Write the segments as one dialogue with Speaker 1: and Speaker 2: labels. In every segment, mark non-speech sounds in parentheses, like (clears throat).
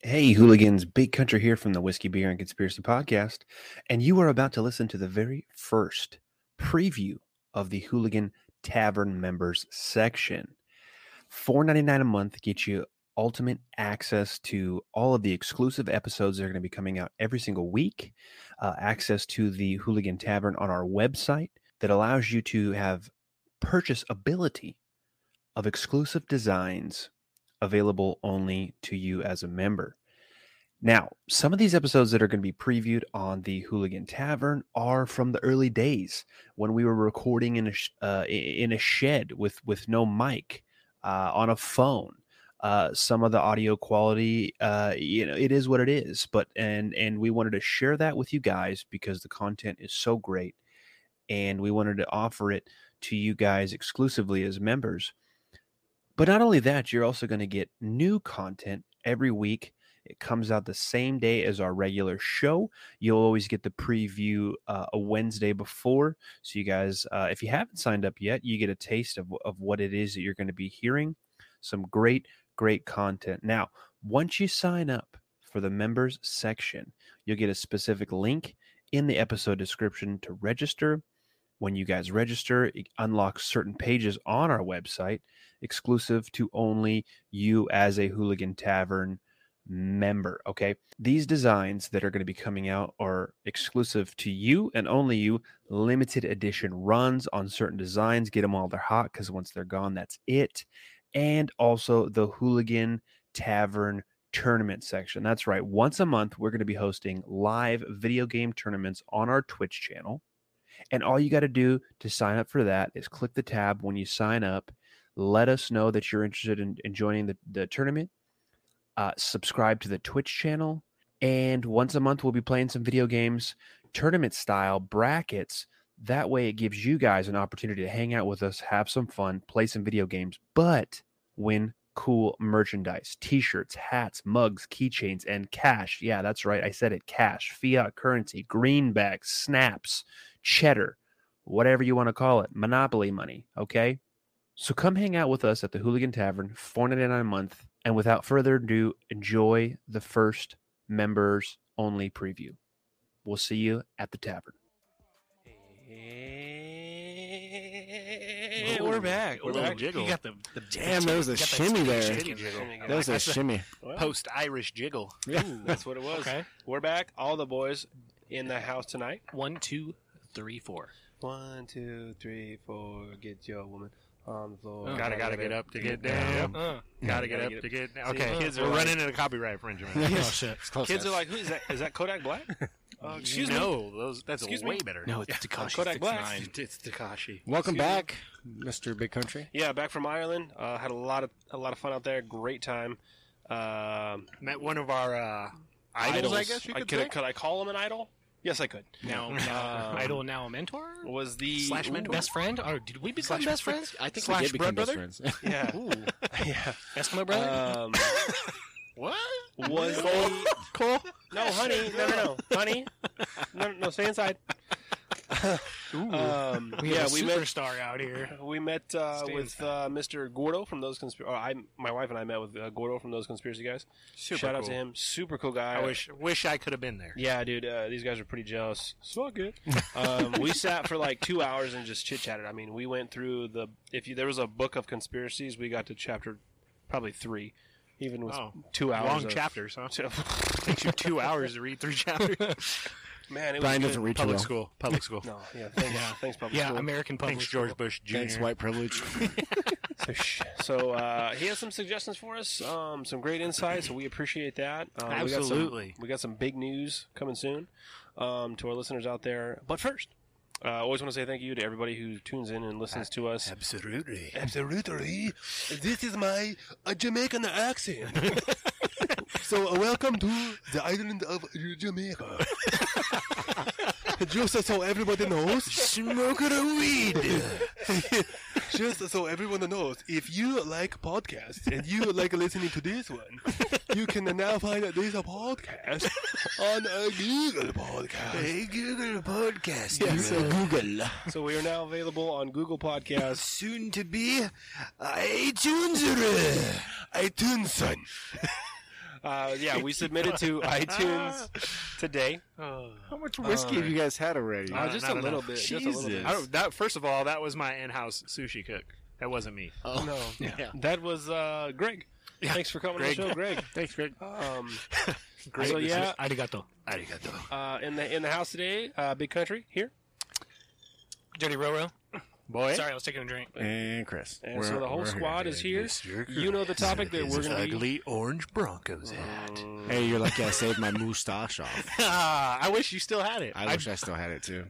Speaker 1: Hey, hooligans, Big Country here from the Whiskey, Beer, and Conspiracy Podcast. And you are about to listen to the very first preview of the Hooligan Tavern members section. $4.99 a month gets you ultimate access to all of the exclusive episodes that are going to be coming out every single week, uh, access to the Hooligan Tavern on our website that allows you to have purchase ability of exclusive designs available only to you as a member. Now, some of these episodes that are going to be previewed on the Hooligan Tavern are from the early days when we were recording in a sh- uh, in a shed with with no mic uh, on a phone. Uh, some of the audio quality, uh, you know, it is what it is. But and and we wanted to share that with you guys because the content is so great, and we wanted to offer it to you guys exclusively as members. But not only that, you're also going to get new content every week. It comes out the same day as our regular show. You'll always get the preview uh, a Wednesday before. So, you guys, uh, if you haven't signed up yet, you get a taste of, of what it is that you're going to be hearing. Some great, great content. Now, once you sign up for the members section, you'll get a specific link in the episode description to register. When you guys register, it unlocks certain pages on our website exclusive to only you as a Hooligan Tavern member. Okay. These designs that are going to be coming out are exclusive to you and only you. Limited edition runs on certain designs. Get them while they're hot because once they're gone, that's it. And also the Hooligan Tavern tournament section. That's right. Once a month, we're going to be hosting live video game tournaments on our Twitch channel. And all you got to do to sign up for that is click the tab when you sign up. Let us know that you're interested in, in joining the, the tournament. Uh, subscribe to the Twitch channel. And once a month, we'll be playing some video games, tournament style brackets. That way, it gives you guys an opportunity to hang out with us, have some fun, play some video games, but win cool merchandise t shirts, hats, mugs, keychains, and cash. Yeah, that's right. I said it cash, fiat currency, greenbacks, snaps, cheddar, whatever you want to call it, monopoly money. Okay. So come hang out with us at the Hooligan Tavern, four ninety nine a month. And without further ado, enjoy the first members only preview. We'll see you at the tavern.
Speaker 2: And we're back. We're
Speaker 3: Ooh,
Speaker 2: back.
Speaker 3: jiggle.
Speaker 2: You got the, the
Speaker 3: Damn, there was a
Speaker 2: you got that
Speaker 3: shimmy there.
Speaker 2: shimmy jiggle.
Speaker 3: That was a
Speaker 2: That's
Speaker 3: shimmy.
Speaker 2: post Irish jiggle.
Speaker 3: Yeah.
Speaker 2: Ooh, that's what it was.
Speaker 4: Okay.
Speaker 2: We're back. All the boys in the house tonight.
Speaker 4: One, two, three, four.
Speaker 2: One, two, three, four. Get your woman on the floor.
Speaker 4: Oh.
Speaker 3: Gotta- gotta get up to get down.
Speaker 4: Uh,
Speaker 3: Gotta
Speaker 2: get up to
Speaker 3: get
Speaker 2: down. Okay, kids are like-
Speaker 3: into copyright (laughs) infringement.
Speaker 4: oh shit!
Speaker 3: It's close
Speaker 2: Kids are
Speaker 3: enough.
Speaker 2: like, who is that? Is that
Speaker 3: (laughs)
Speaker 2: Kodak Black? Uh, excuse me.
Speaker 3: no, those, that's
Speaker 2: Excuse me?
Speaker 3: way better.
Speaker 4: No, it's Takashi
Speaker 2: Kodak
Speaker 4: six
Speaker 2: Black.
Speaker 4: nine.
Speaker 2: It's Takashi.
Speaker 3: Welcome
Speaker 2: Excuse me.
Speaker 3: back, Mr. Big Country.
Speaker 2: Yeah, back from Ireland. Uh, had a lot of a lot of fun out there. Great time. Um,
Speaker 3: Met one of our uh,
Speaker 2: could, I, could I call him an idol? Yes, I could.
Speaker 4: Now, now
Speaker 2: Um,
Speaker 4: Uh, idol, now a mentor.
Speaker 2: Was
Speaker 3: (laughs)
Speaker 2: the
Speaker 3: Slash mentor?
Speaker 4: Best friend?
Speaker 2: Oh,
Speaker 4: Or did we become
Speaker 3: Slash-
Speaker 4: best friends?
Speaker 3: I think
Speaker 2: Slash
Speaker 3: we did become
Speaker 2: Bread
Speaker 3: best
Speaker 5: (laughs)
Speaker 3: friends.
Speaker 2: Yeah.
Speaker 4: Ooh,
Speaker 2: (laughs) yeah.
Speaker 4: Eskimo brother. (laughs)
Speaker 2: Um,
Speaker 3: what?
Speaker 2: was the
Speaker 4: cool.
Speaker 2: no, honey, no, no, no, honey, no, no, stay inside.
Speaker 4: (laughs) Ooh,
Speaker 2: Um,
Speaker 4: we
Speaker 2: yeah,
Speaker 4: have a
Speaker 2: we met.
Speaker 4: superstar out here.
Speaker 2: We met uh,
Speaker 4: Stay
Speaker 2: with uh, Mr. Gordo from those conspiracy. Or I, my wife and I met with uh, Gordo from those conspiracy guys.
Speaker 3: Super
Speaker 2: Shout out
Speaker 3: cool.
Speaker 2: to him, super cool guy.
Speaker 3: I wish wish I could have been there.
Speaker 2: Yeah, dude, uh, these guys are pretty jealous. So good. (laughs) Um, we sat for like two hours and just chit chatted. I mean, we went through the if you, there was a book of conspiracies, we got to chapter probably three, even with
Speaker 3: Oh.
Speaker 2: two hours.
Speaker 3: Long
Speaker 2: of- (laughs)
Speaker 3: chapters, (laughs) huh? Takes you two hours to read three chapters.
Speaker 2: Man, it
Speaker 3: Brian
Speaker 2: was
Speaker 3: doesn't
Speaker 2: good.
Speaker 3: read public school. Public school.
Speaker 2: No, yeah, thanks, thanks, public
Speaker 4: Yeah,
Speaker 2: school. (laughs)
Speaker 4: American public.
Speaker 3: Thanks, George Bush Jr.
Speaker 6: Thanks, white privilege.
Speaker 2: So, sh- so uh, he has some suggestions for us, um, some great insights. So we appreciate that. Um, We
Speaker 3: Absolutely.
Speaker 2: got, some, we got some big news coming soon um, to our listeners out there. But first, uh, I always want to say thank you to everybody who tunes in and listens to
Speaker 4: (sighs)
Speaker 2: us.
Speaker 3: Absolutely.
Speaker 2: Absolutely. This is my uh, Jamaican accent.
Speaker 6: So, uh, welcome to the island of Jamaica. Just so everybody knows, smoking a weed. Just so everyone knows, if you like podcasts and you like listening to this one, you can now find this podcast on a Google podcast. A Google podcast. Yes, a Google.
Speaker 2: (laughs) So we are now available on Google Podcasts.
Speaker 6: Soon to be iTunes. iTunes son.
Speaker 2: (laughs) Uh, yeah, we submitted to iTunes today.
Speaker 5: (laughs) How much whiskey have you guys had already?
Speaker 2: Uh, just, a
Speaker 3: not
Speaker 2: little
Speaker 3: enough.
Speaker 2: bit, just a
Speaker 5: Jesus.
Speaker 2: little bit.
Speaker 3: I don't, that first of all, that was my in-house sushi cook. That wasn't me.
Speaker 2: No,
Speaker 3: Yeah.
Speaker 2: that was uh, Greg. Thanks for coming
Speaker 3: Greg.
Speaker 2: on the show, Greg.
Speaker 3: Thanks, Greg.
Speaker 2: Um, So yeah,
Speaker 3: arigato.
Speaker 2: uh, in the in the house today, uh, Big Country here.
Speaker 3: Dirty Roro.
Speaker 5: Boy.
Speaker 3: Sorry, I was taking a drink.
Speaker 5: And Chris.
Speaker 2: And so the whole squad is here. You know the topic that we're going to be.
Speaker 6: orange Broncos eh?
Speaker 4: (laughs)
Speaker 6: hat.
Speaker 5: Hey, you're lucky I saved my mustache off.
Speaker 3: Ah, I wish you still had it.
Speaker 5: I wish I still had it too.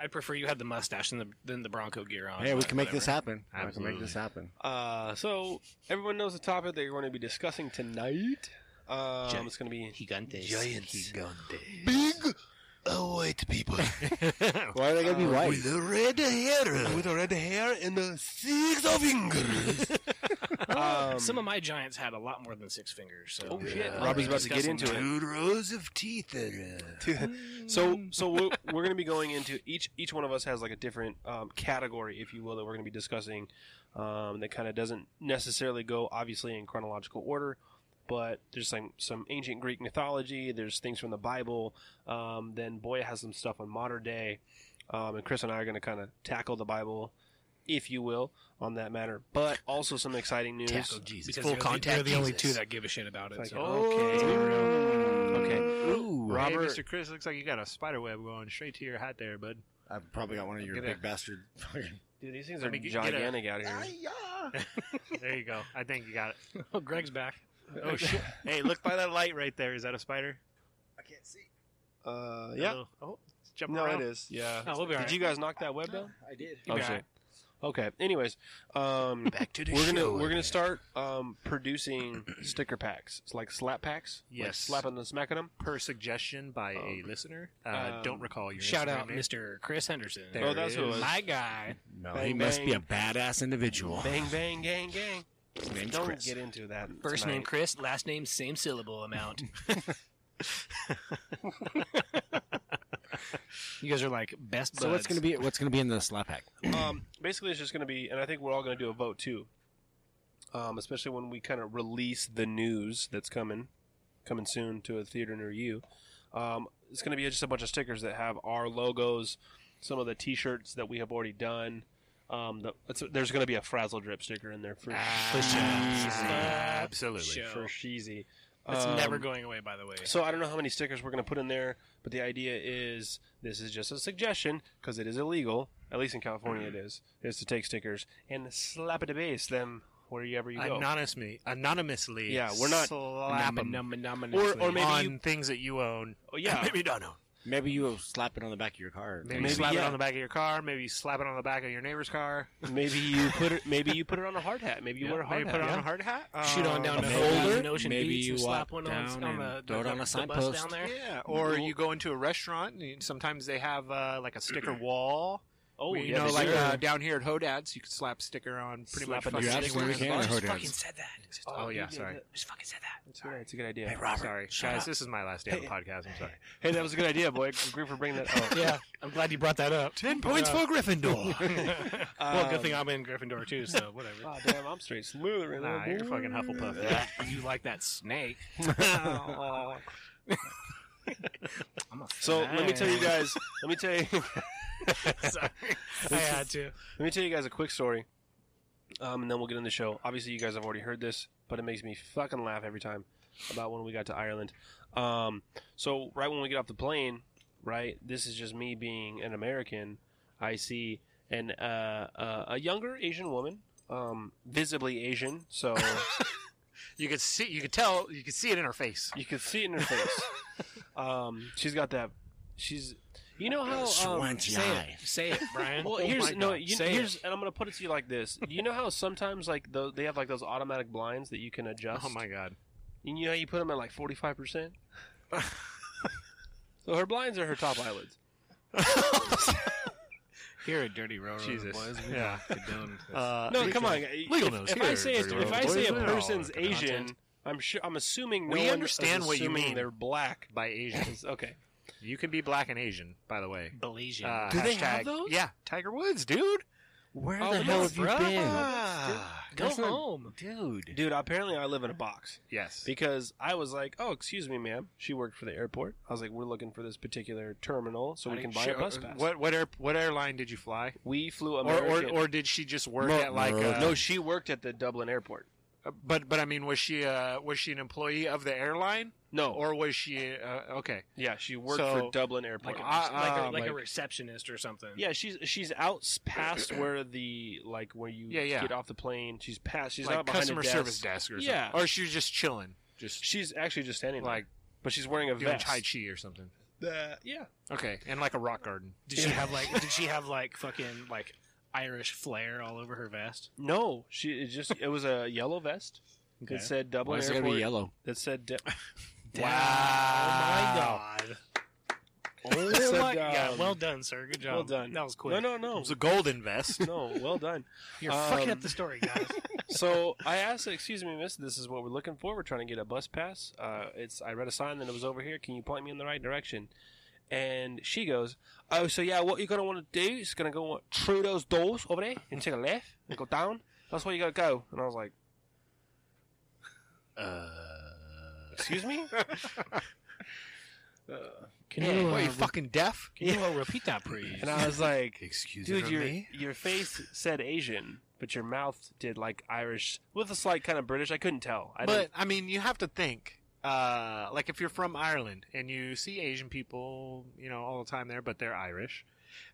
Speaker 3: I prefer you had the mustache than the, than the Bronco gear on.
Speaker 5: Hey, we
Speaker 3: but
Speaker 5: can make this
Speaker 3: whatever.
Speaker 5: happen. I can make
Speaker 3: Absolutely.
Speaker 5: this happen.
Speaker 2: Uh, so everyone knows the topic that we're going to be discussing tonight. Um, it's going to be
Speaker 3: Gigantes.
Speaker 6: Giants. Big uh, white people.
Speaker 5: Why are they
Speaker 2: Uh,
Speaker 5: gonna be white?
Speaker 6: With a red hair. With a red hair and a six of fingers.
Speaker 2: um,
Speaker 3: Some of my Giants had a lot more than six fingers. So.
Speaker 2: Oh shit!
Speaker 6: Yeah.
Speaker 2: Robbie's about to get
Speaker 3: Discussing
Speaker 2: into it.
Speaker 6: Two rows of teeth.
Speaker 2: (laughs) So, so we're, we're going to be going into each each one of us has like a different um, category, if you will, that we're going to be discussing. Um, that kind of doesn't necessarily go obviously in chronological order, but there's like some ancient Greek mythology. There's things from the Bible. Um, then Boya has some stuff on modern day, um, and Chris and I are going to kind of tackle the Bible, if you will, on that matter. But also some exciting news.
Speaker 3: Because full contact. They're the only two that give a shit about it.
Speaker 2: Like,
Speaker 3: so.
Speaker 2: okay, okay.
Speaker 4: Robert.
Speaker 2: Robert-
Speaker 4: Mr. Chris, looks like you got a spider web going straight to your hat there, bud.
Speaker 5: I've probably got one of your
Speaker 4: Get
Speaker 5: big
Speaker 4: it.
Speaker 5: bastard. fucking-
Speaker 2: Dude, these things are
Speaker 4: me get- get a-
Speaker 2: gigantic out here.
Speaker 4: There you go. I think you got it.
Speaker 3: Oh, Greg's back.
Speaker 4: Oh shit! hey, look by that light right there. Is that a spider?
Speaker 2: Uh,
Speaker 4: That
Speaker 2: yeah.
Speaker 4: little- Oh, it's jumping
Speaker 2: No,
Speaker 4: around.
Speaker 2: it is. Yeah.
Speaker 3: Oh, we'll be all
Speaker 2: Did
Speaker 3: right.
Speaker 2: you guys knock that web down? Oh,
Speaker 5: I did.
Speaker 3: You'll be all right.
Speaker 2: Okay. Anyways, um,
Speaker 6: Back to the
Speaker 2: we're gonna
Speaker 6: show. eh?
Speaker 2: we're gonna start um,
Speaker 3: (clears throat)
Speaker 2: producing sticker packs. It's like slap packs. Like
Speaker 4: Yes.
Speaker 2: slapping and smacking them.
Speaker 4: Per suggestion by a listener. Uh,
Speaker 2: Oh, um,
Speaker 4: don't recall your
Speaker 3: Shout
Speaker 4: Instagram
Speaker 3: out,
Speaker 4: name.
Speaker 3: Mr. Chris Henderson.
Speaker 4: There
Speaker 2: Oh, that's who it
Speaker 4: is.
Speaker 2: was.
Speaker 3: My guy.
Speaker 5: No,
Speaker 2: Bang,
Speaker 5: he must be
Speaker 2: bang.
Speaker 5: a badass individual.
Speaker 2: Bang bang gang gang.
Speaker 5: His name's
Speaker 2: Don't
Speaker 5: Chris.
Speaker 2: get into that.
Speaker 3: First name
Speaker 2: tonight.
Speaker 3: Chris, last name same syllable amount. you guys are like best buds.
Speaker 5: So what's gonna be what's gonna be in the slap hack?
Speaker 2: um, basically, it's just going to be, and I think we're all going to do a vote too. Um, especially when we kind of release the news that's coming, coming soon to a theater near you. Um, it's going to be just a bunch of stickers that have our logos, some of the T-shirts that we have already done. Um, the, it's, there's going to be a Frazzle Drip sticker in there for
Speaker 4: Ah, Absolutely.
Speaker 3: Ah, Show.
Speaker 2: for Sheezy.
Speaker 3: That's
Speaker 2: Um,
Speaker 3: never going away, by the way.
Speaker 2: so I don't know how many stickers we're going to put in there, but the idea is this is just a suggestion because it is illegal, at least in California it is, is to take stickers and slap it to base them wherever you go.
Speaker 4: Anonymously, anonymously.
Speaker 2: Yeah, we're not-
Speaker 4: slap 'em
Speaker 3: Nom- nom- nom- nom-
Speaker 2: or or maybe
Speaker 4: on
Speaker 2: you,
Speaker 4: things that you own.
Speaker 2: oh, yeah,
Speaker 4: (laughs) maybe don't own.
Speaker 5: Maybe you will slap it on the back of your car.
Speaker 4: Maybe,
Speaker 2: Maybe,
Speaker 4: you slap
Speaker 2: yeah.
Speaker 4: it on the back of your car. Maybe you slap it on the back of your neighbor's car.
Speaker 2: maybe you put it maybe you put it on a hard hat, maybe you wear a hard
Speaker 4: maybe
Speaker 2: hat.
Speaker 4: put it on
Speaker 2: yeah.
Speaker 4: a hard hat. Um,
Speaker 3: shoot on down to
Speaker 5: maybe-
Speaker 3: Boulder, Ocean
Speaker 5: maybe
Speaker 3: Beach,
Speaker 5: you
Speaker 3: and
Speaker 5: walk
Speaker 3: slap one on,
Speaker 5: down
Speaker 3: on the,
Speaker 5: and throw it on a
Speaker 3: the
Speaker 5: signpost.
Speaker 3: bus down there.
Speaker 4: Yeah, or you go into a restaurant. and Sometimes they have uh, like a sticker
Speaker 2: (clears throat)
Speaker 4: wall.
Speaker 2: Oh,
Speaker 4: you
Speaker 2: yeah,
Speaker 4: know,
Speaker 2: they
Speaker 4: like
Speaker 2: do.
Speaker 4: uh, down here at Hodad's, you could slap sticker on pretty
Speaker 2: Slap
Speaker 4: much.
Speaker 2: it
Speaker 5: You're
Speaker 4: fucking
Speaker 5: absolutely
Speaker 4: anywhere.
Speaker 5: can.
Speaker 3: Just
Speaker 5: Hodad's.
Speaker 3: fucking said that.
Speaker 4: Oh, yeah,
Speaker 2: dude,
Speaker 4: sorry.
Speaker 3: Just fucking said that.
Speaker 2: That's all right, it's a good idea.
Speaker 4: Sorry, guys. This is my last day on the podcast. I'm sorry.
Speaker 2: Hey, that was a good idea, boy. Agree for bringing that
Speaker 4: (laughs)
Speaker 2: up.
Speaker 3: Yeah, (laughs) I'm glad you brought that up. Uh,
Speaker 4: Ten points for Gryffindor.
Speaker 3: (laughs)
Speaker 4: Um,
Speaker 3: well, good thing I'm in Gryffindor too, so whatever.
Speaker 2: Oh, Um, damn, I'm straight smooth right now.
Speaker 4: nah, you're
Speaker 2: dude.
Speaker 4: fucking Hufflepuff.
Speaker 3: (laughs) you like that
Speaker 4: (laughs)
Speaker 3: snake?
Speaker 4: Oh.
Speaker 3: I'm a
Speaker 2: So let me tell you
Speaker 3: fan.
Speaker 2: guys. Let me tell you.
Speaker 3: Sorry. I had to.
Speaker 2: Let me tell you guys a quick story, um, and then we'll get in the show. Obviously, you guys have already heard this, but it makes me fucking laugh every time about when we got to Ireland. Um, so right when we get off the plane, right, this is just me being an American. I see an uh, uh, a younger Asian woman, um, visibly Asian, so
Speaker 4: You could see, you could tell, you could see it in her face.
Speaker 2: you could see it in her face. Um, she's got that. She's you know how um,
Speaker 5: Swanty eye.
Speaker 3: Say it,
Speaker 4: (laughs)
Speaker 3: Brian.
Speaker 2: Well,
Speaker 3: Oh my
Speaker 2: here's no,
Speaker 3: God.
Speaker 2: you,
Speaker 3: Say it.
Speaker 2: here's, and I'm gonna put it to you like this. You know how sometimes like tho- they have like those automatic blinds that you can adjust.
Speaker 4: Oh my god!
Speaker 2: And you know how you put them at like 45%? so her blinds are her top eyelids.
Speaker 3: Here at Dirty Railroad
Speaker 2: Jesus.
Speaker 3: Boys, we
Speaker 4: Yeah.
Speaker 3: knock it down.
Speaker 4: Uh,
Speaker 2: No,
Speaker 3: you
Speaker 2: come
Speaker 3: can-
Speaker 2: on.
Speaker 3: legal
Speaker 2: if,
Speaker 3: knows
Speaker 2: if
Speaker 3: here,
Speaker 2: I say a,
Speaker 3: dirty
Speaker 2: if I say a
Speaker 3: road boys.
Speaker 2: person's
Speaker 3: They're all
Speaker 2: Asian,
Speaker 3: content.
Speaker 2: I'm sure I'm assuming no
Speaker 4: We
Speaker 2: one
Speaker 4: understand
Speaker 2: is
Speaker 4: what you
Speaker 2: assuming
Speaker 4: mean.
Speaker 2: They're black.
Speaker 4: by Asian.
Speaker 2: Okay.
Speaker 4: you can be black and Asian, by the way.
Speaker 3: Belize.
Speaker 4: Uh,
Speaker 2: Do they
Speaker 4: hashtag-
Speaker 2: have those?
Speaker 4: Yeah, Tiger Woods, dude.
Speaker 5: Where
Speaker 2: Oh,
Speaker 5: the hell
Speaker 2: no,
Speaker 5: have you
Speaker 2: bruh.
Speaker 5: been?
Speaker 4: Ah,
Speaker 3: Go
Speaker 5: That's not-
Speaker 3: home.
Speaker 5: Dude.
Speaker 2: Dude, apparently I live in a box.
Speaker 4: yes.
Speaker 2: because I was like, "Oh, excuse me, ma'am." She worked for the airport. I was like, "We're looking for this particular terminal, so we can buy a bus pass."
Speaker 4: What what air, what airline did you fly?
Speaker 2: We flew
Speaker 4: Or, or
Speaker 2: American.
Speaker 4: or did she just work
Speaker 5: Mer-
Speaker 4: at like
Speaker 5: Mer-
Speaker 4: uh,
Speaker 2: no, she worked at the Dublin airport.
Speaker 4: But but I mean, was she uh was she an employee of the airline
Speaker 2: No, or
Speaker 4: or was she uh, okay?
Speaker 2: yeah, she worked
Speaker 4: So-
Speaker 2: for Dublin airport.
Speaker 3: Like,
Speaker 4: I-
Speaker 3: a, like, a,
Speaker 4: um,
Speaker 3: like a
Speaker 4: like-
Speaker 3: receptionist or something.
Speaker 2: Ah, yeah, she's she's out past
Speaker 4: (clears throat)
Speaker 2: where the like where you
Speaker 4: Yeah, yeah.
Speaker 2: get off the plane. She's past. She's
Speaker 4: like
Speaker 2: not behind
Speaker 4: customer
Speaker 2: a desk.
Speaker 4: service desk or
Speaker 2: Yeah.
Speaker 4: something. Or she was just chilling, just
Speaker 2: She's actually just standing there,
Speaker 4: like
Speaker 2: but she's wearing a
Speaker 4: doing
Speaker 2: vest.
Speaker 4: tai chi or something.
Speaker 2: yeah,
Speaker 4: Okay, and like a rock garden.
Speaker 3: Did she have like? Did she have like fucking like Irish flair all over her vest?
Speaker 2: no, she it just it was a yellow vest
Speaker 3: Okay.
Speaker 2: that said
Speaker 5: Why
Speaker 2: Dublin
Speaker 5: is it
Speaker 2: airport.
Speaker 5: gonna be yellow?
Speaker 2: That
Speaker 4: (laughs)
Speaker 2: said, Du-
Speaker 4: Oh
Speaker 2: Oh
Speaker 3: Wow. Oh my god.
Speaker 2: (laughs) that said,
Speaker 3: Oh my
Speaker 2: um,
Speaker 3: god. Well done, sir. Good job.
Speaker 2: Well done.
Speaker 3: That was quick.
Speaker 4: (laughs)
Speaker 2: no, no, no,
Speaker 4: a golden vest.
Speaker 2: no. Well done.
Speaker 3: (laughs) You're
Speaker 2: Um,
Speaker 3: fucking up the
Speaker 2: (laughs)
Speaker 3: story, guys.
Speaker 2: so I asked, "Excuse me, miss, this is what we're looking for. We're trying to get a bus pass. Uh, it's I read a sign that it was over here. Can you point me in the right direction?" And she goes, "Oh, so yeah, what you're gonna want to do is gonna go through those doors over there and take a left and go down. That's where you gotta go." And I was like, "Excuse me."
Speaker 3: Can
Speaker 2: Yeah.
Speaker 3: you,
Speaker 4: What,
Speaker 3: uh,
Speaker 4: you fucking deaf?
Speaker 3: can you uh, repeat that, please?
Speaker 2: And I was like,
Speaker 4: (laughs)
Speaker 5: Excuse
Speaker 2: "Dude, your your face said Asian, but your mouth did like Irish with a slight kind of British. I couldn't tell. I
Speaker 4: but I mean, you have to think. Uh, like if you're from Ireland and you see Asian people, you know, all the time there, but they're Irish,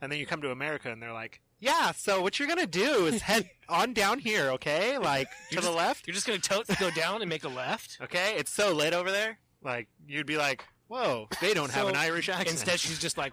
Speaker 4: and then you come to America and they're like, "Yeah, so what you're gonna do is (laughs) head on down here, okay? Like to
Speaker 3: You're
Speaker 4: the
Speaker 3: just-
Speaker 4: left,
Speaker 3: You're just gonna tote go down and make a left.
Speaker 4: okay? It's so lit over there." Like you'd be like, "Whoa, they don't have
Speaker 3: So,
Speaker 4: an Irish accent."
Speaker 3: Instead,
Speaker 4: (laughs)
Speaker 3: she's just like,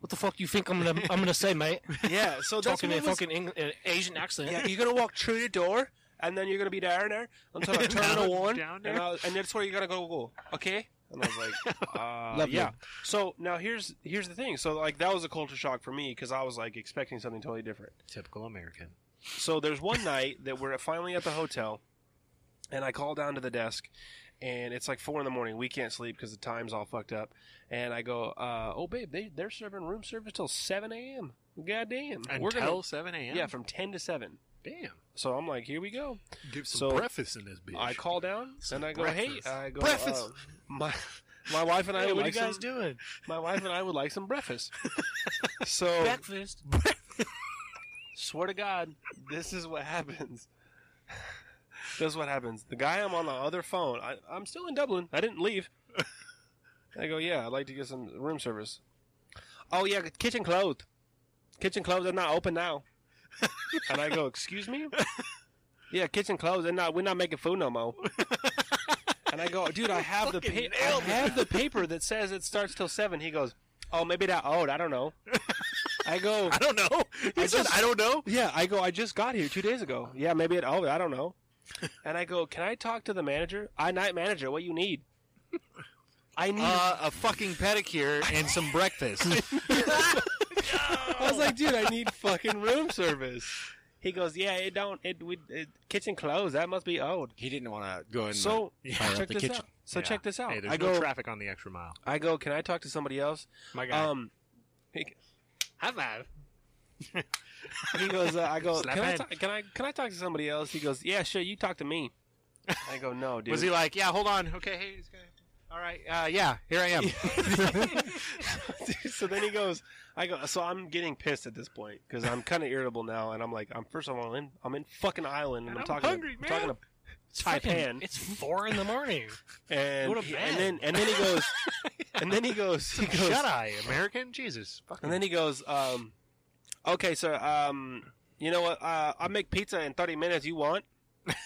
Speaker 3: "What the fuck you think I'm gonna I'm gonna say, mate?
Speaker 2: yeah, (laughs) so that's
Speaker 3: Talking in
Speaker 2: what
Speaker 3: a
Speaker 2: was-
Speaker 3: fucking Eng- uh, Asian accent."
Speaker 2: Yeah, you're gonna walk through the door, and then you're gonna be there and there until
Speaker 4: (laughs)
Speaker 2: I turn
Speaker 4: Down-
Speaker 2: on one,
Speaker 4: down
Speaker 2: and,
Speaker 4: there?
Speaker 2: I'll, and that's where you gotta go. go. Okay. And I was like,
Speaker 4: (laughs)
Speaker 2: uh,
Speaker 5: Lovely.
Speaker 2: yeah. So now here's here's the thing. So like that was a culture shock for me because I was like expecting something totally different.
Speaker 4: typical American.
Speaker 2: So there's one night that we're finally at the hotel, and I call down to the desk, and it's like four in the morning. We can't sleep because the time's all fucked up. And I go, uh, oh babe, they they're serving room service till seven a.m. Goddamn,
Speaker 4: Until
Speaker 2: we're gonna
Speaker 4: seven a.m.
Speaker 2: yeah from ten to seven.
Speaker 4: damn.
Speaker 2: So I'm like, here we go.
Speaker 4: Give
Speaker 2: some So,
Speaker 4: breakfast in this bitch.
Speaker 2: I call down and I go,
Speaker 4: breakfast.
Speaker 2: "Hey, I go,
Speaker 4: Breakfast.
Speaker 2: uh, my my wife and I
Speaker 3: Hey,
Speaker 2: would
Speaker 3: what
Speaker 2: like
Speaker 3: are you guys
Speaker 2: some,
Speaker 3: doing?
Speaker 2: my wife and I would like some breakfast." so,
Speaker 3: Breakfast.
Speaker 2: swear to God, this is what happens. (laughs) this is what happens. The guy I'm on the other phone. I, I'm still in Dublin. I didn't leave. I go, "Yeah, I'd like to get some room service." Oh yeah, kitchen closed. Kitchen closed. They're not open now. and I go, "Excuse me." Yeah, kitchen closed. They're not. We're not making food no more. And I go, dude, I have the pa- I have the paper that says it starts till seven. He goes, oh, maybe that old. I don't know. I go,
Speaker 4: I don't know. I said I don't know.
Speaker 2: yeah, I go, I just got here two days ago. Yeah, maybe it, oh, I
Speaker 4: (laughs)
Speaker 2: don't know. And I go, can I talk to the manager? I night manager, what you need? I need.
Speaker 4: Uh, a fucking pedicure and some (laughs) breakfast.
Speaker 2: (laughs) I was like, dude,
Speaker 4: (laughs)
Speaker 2: I need fucking room service. He goes, yeah, it don't, it, we, it kitchen closed. That must be old.
Speaker 5: He didn't want to go in.
Speaker 2: So
Speaker 5: fire up
Speaker 2: check
Speaker 5: the
Speaker 2: this
Speaker 5: kitchen.
Speaker 2: out. So
Speaker 4: Yeah.
Speaker 2: check this out.
Speaker 4: Hey, there's
Speaker 2: I
Speaker 4: no
Speaker 2: go,
Speaker 4: traffic on the extra mile.
Speaker 2: I go, can I talk to somebody else?
Speaker 4: My guy.
Speaker 2: Um, he,
Speaker 3: High five.
Speaker 2: (laughs) he goes, uh, I go,
Speaker 4: Slap
Speaker 2: can I,
Speaker 4: hand.
Speaker 2: talk, can I, can I talk to somebody else? He goes, yeah, sure, you talk to me. I go, no,
Speaker 4: (laughs)
Speaker 2: dude.
Speaker 4: was he like, yeah, hold on, okay, hey, (laughs) this guy. All right, uh, (laughs) yeah, here I am.
Speaker 2: (laughs) so then he goes, I go, so I'm getting pissed at this point because I'm kind of irritable now, and I'm like, I'm first of all in, I'm in fucking Ireland, and,
Speaker 4: And
Speaker 2: I'm,
Speaker 4: I'm
Speaker 2: talking,
Speaker 4: hungry,
Speaker 2: to, I'm talking to,
Speaker 3: It's
Speaker 2: fucking-
Speaker 3: It's four in the
Speaker 4: (laughs)
Speaker 3: morning.
Speaker 2: and
Speaker 3: Go to
Speaker 2: he-
Speaker 3: bed.
Speaker 2: and then and then he goes, and then he goes, he goes,
Speaker 4: Shut eye, American, Jesus. (laughs)
Speaker 2: and then he goes, um, okay, sir, um, you know what? Uh, I make pizza in 30 minutes. You want?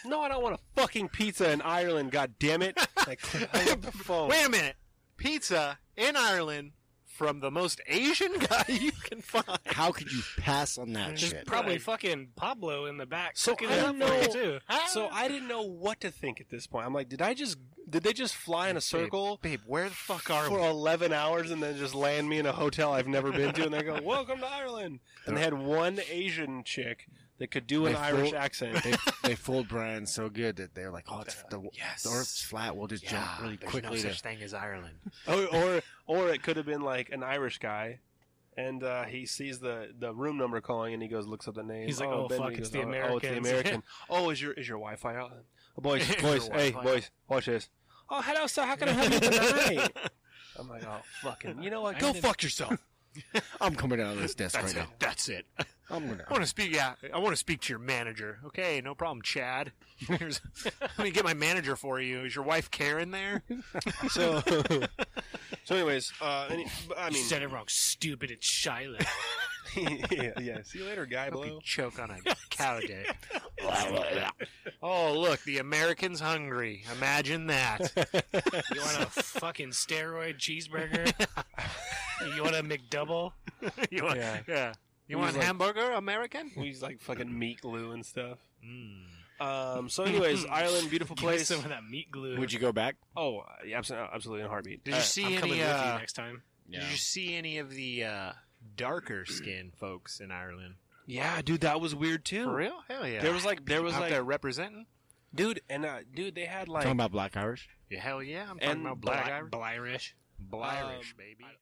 Speaker 2: No, I don't want a fucking pizza in Ireland. God damn it! Like, hung up the phone.
Speaker 4: Wait a minute, pizza in Ireland, from the most Asian (laughs) guy you can find.
Speaker 5: How could you pass on that
Speaker 3: There's
Speaker 5: shit?
Speaker 3: probably fucking Pablo in the back.
Speaker 2: So
Speaker 3: cooking
Speaker 2: I
Speaker 3: it up
Speaker 2: don't
Speaker 3: for you,
Speaker 2: know-
Speaker 3: too.
Speaker 2: So I didn't know what to think at this point. I'm like, did I just did they just fly in a circle
Speaker 4: (laughs) Babe, where the fuck are
Speaker 2: for
Speaker 4: we?
Speaker 2: 11 hours and then just land me in a hotel I've never been to and they go, "Welcome to Ireland." And they had one Asian chick that could do an
Speaker 5: They
Speaker 2: Irish
Speaker 5: flew-
Speaker 2: accent. (laughs)
Speaker 5: they, they fooled Brian so good that they're like, oh, it's the,
Speaker 4: Yes.
Speaker 5: the Earth's flat. We'll just jump really
Speaker 4: there's no
Speaker 5: quickly. to,
Speaker 4: such thing as Ireland.
Speaker 2: or, Oh, or or it could have been like an Irish guy, and uh, he sees the, the room number calling, and he goes looks up the name.
Speaker 3: He's like, "Oh,
Speaker 2: Ben,"
Speaker 3: fuck,
Speaker 2: he
Speaker 3: it's
Speaker 2: goes,
Speaker 3: the
Speaker 2: Oh, it's the
Speaker 3: Americans."
Speaker 2: American. oh, is your is your Wi-Fi out? Oh, boys,
Speaker 4: Is your
Speaker 2: boys, hey,
Speaker 4: Wi-Fi
Speaker 2: boys, watch this. Oh, hello, sir. How can I help you tonight? (laughs) I'm like, oh, fucking. You know what? Go fuck yourself.
Speaker 5: I'm coming out of this desk
Speaker 4: (laughs) That's
Speaker 5: right
Speaker 4: it.
Speaker 5: now.
Speaker 4: That's (laughs) it. I
Speaker 5: I'm gonna.
Speaker 4: want to speak. Yeah, I want to speak to your manager. Okay, no problem, Chad. (laughs) Here's, let me get my manager for you. Is your wife Karen there?
Speaker 2: (laughs) So, so anyways, uh, any, but I
Speaker 3: You
Speaker 2: mean,
Speaker 3: said it wrong. Stupid. It's Shiloh.
Speaker 2: (laughs) yeah, yeah. See you later, guy.
Speaker 4: You
Speaker 2: (laughs) Blow.
Speaker 4: choke on a cow dick. oh, look, the American's hungry. Imagine that. (laughs)
Speaker 3: You want a fucking steroid cheeseburger? you want a McDouble?
Speaker 4: You want, yeah.
Speaker 2: Yeah.
Speaker 4: You want
Speaker 2: like-
Speaker 4: hamburger, American?
Speaker 2: We use like fucking meat glue and stuff.
Speaker 4: Mm.
Speaker 2: Um. So, (laughs) anyways, Ireland, beautiful
Speaker 3: Give us
Speaker 2: place.
Speaker 3: some of that meat glue.
Speaker 5: Would you go back?
Speaker 2: Oh, yeah, absolutely, absolutely in a heartbeat.
Speaker 4: Did you
Speaker 2: Uh,
Speaker 4: see
Speaker 3: I'm coming
Speaker 4: any?
Speaker 3: with
Speaker 4: Uh,
Speaker 3: you next time.
Speaker 4: Did you see any of the uh, darker skin folks in Ireland?
Speaker 2: Yeah, dude, that was weird too.
Speaker 4: For real? Hell yeah.
Speaker 2: There was like, there was
Speaker 4: out
Speaker 2: like,
Speaker 4: there representing.
Speaker 2: dude, and uh, dude, they had like,
Speaker 5: Talking about Black Irish.
Speaker 4: Yeah, hell yeah! I'm talking
Speaker 2: And
Speaker 4: about black
Speaker 2: black-
Speaker 4: Irish,
Speaker 3: Blyrish.
Speaker 4: Irish
Speaker 2: um,
Speaker 4: baby.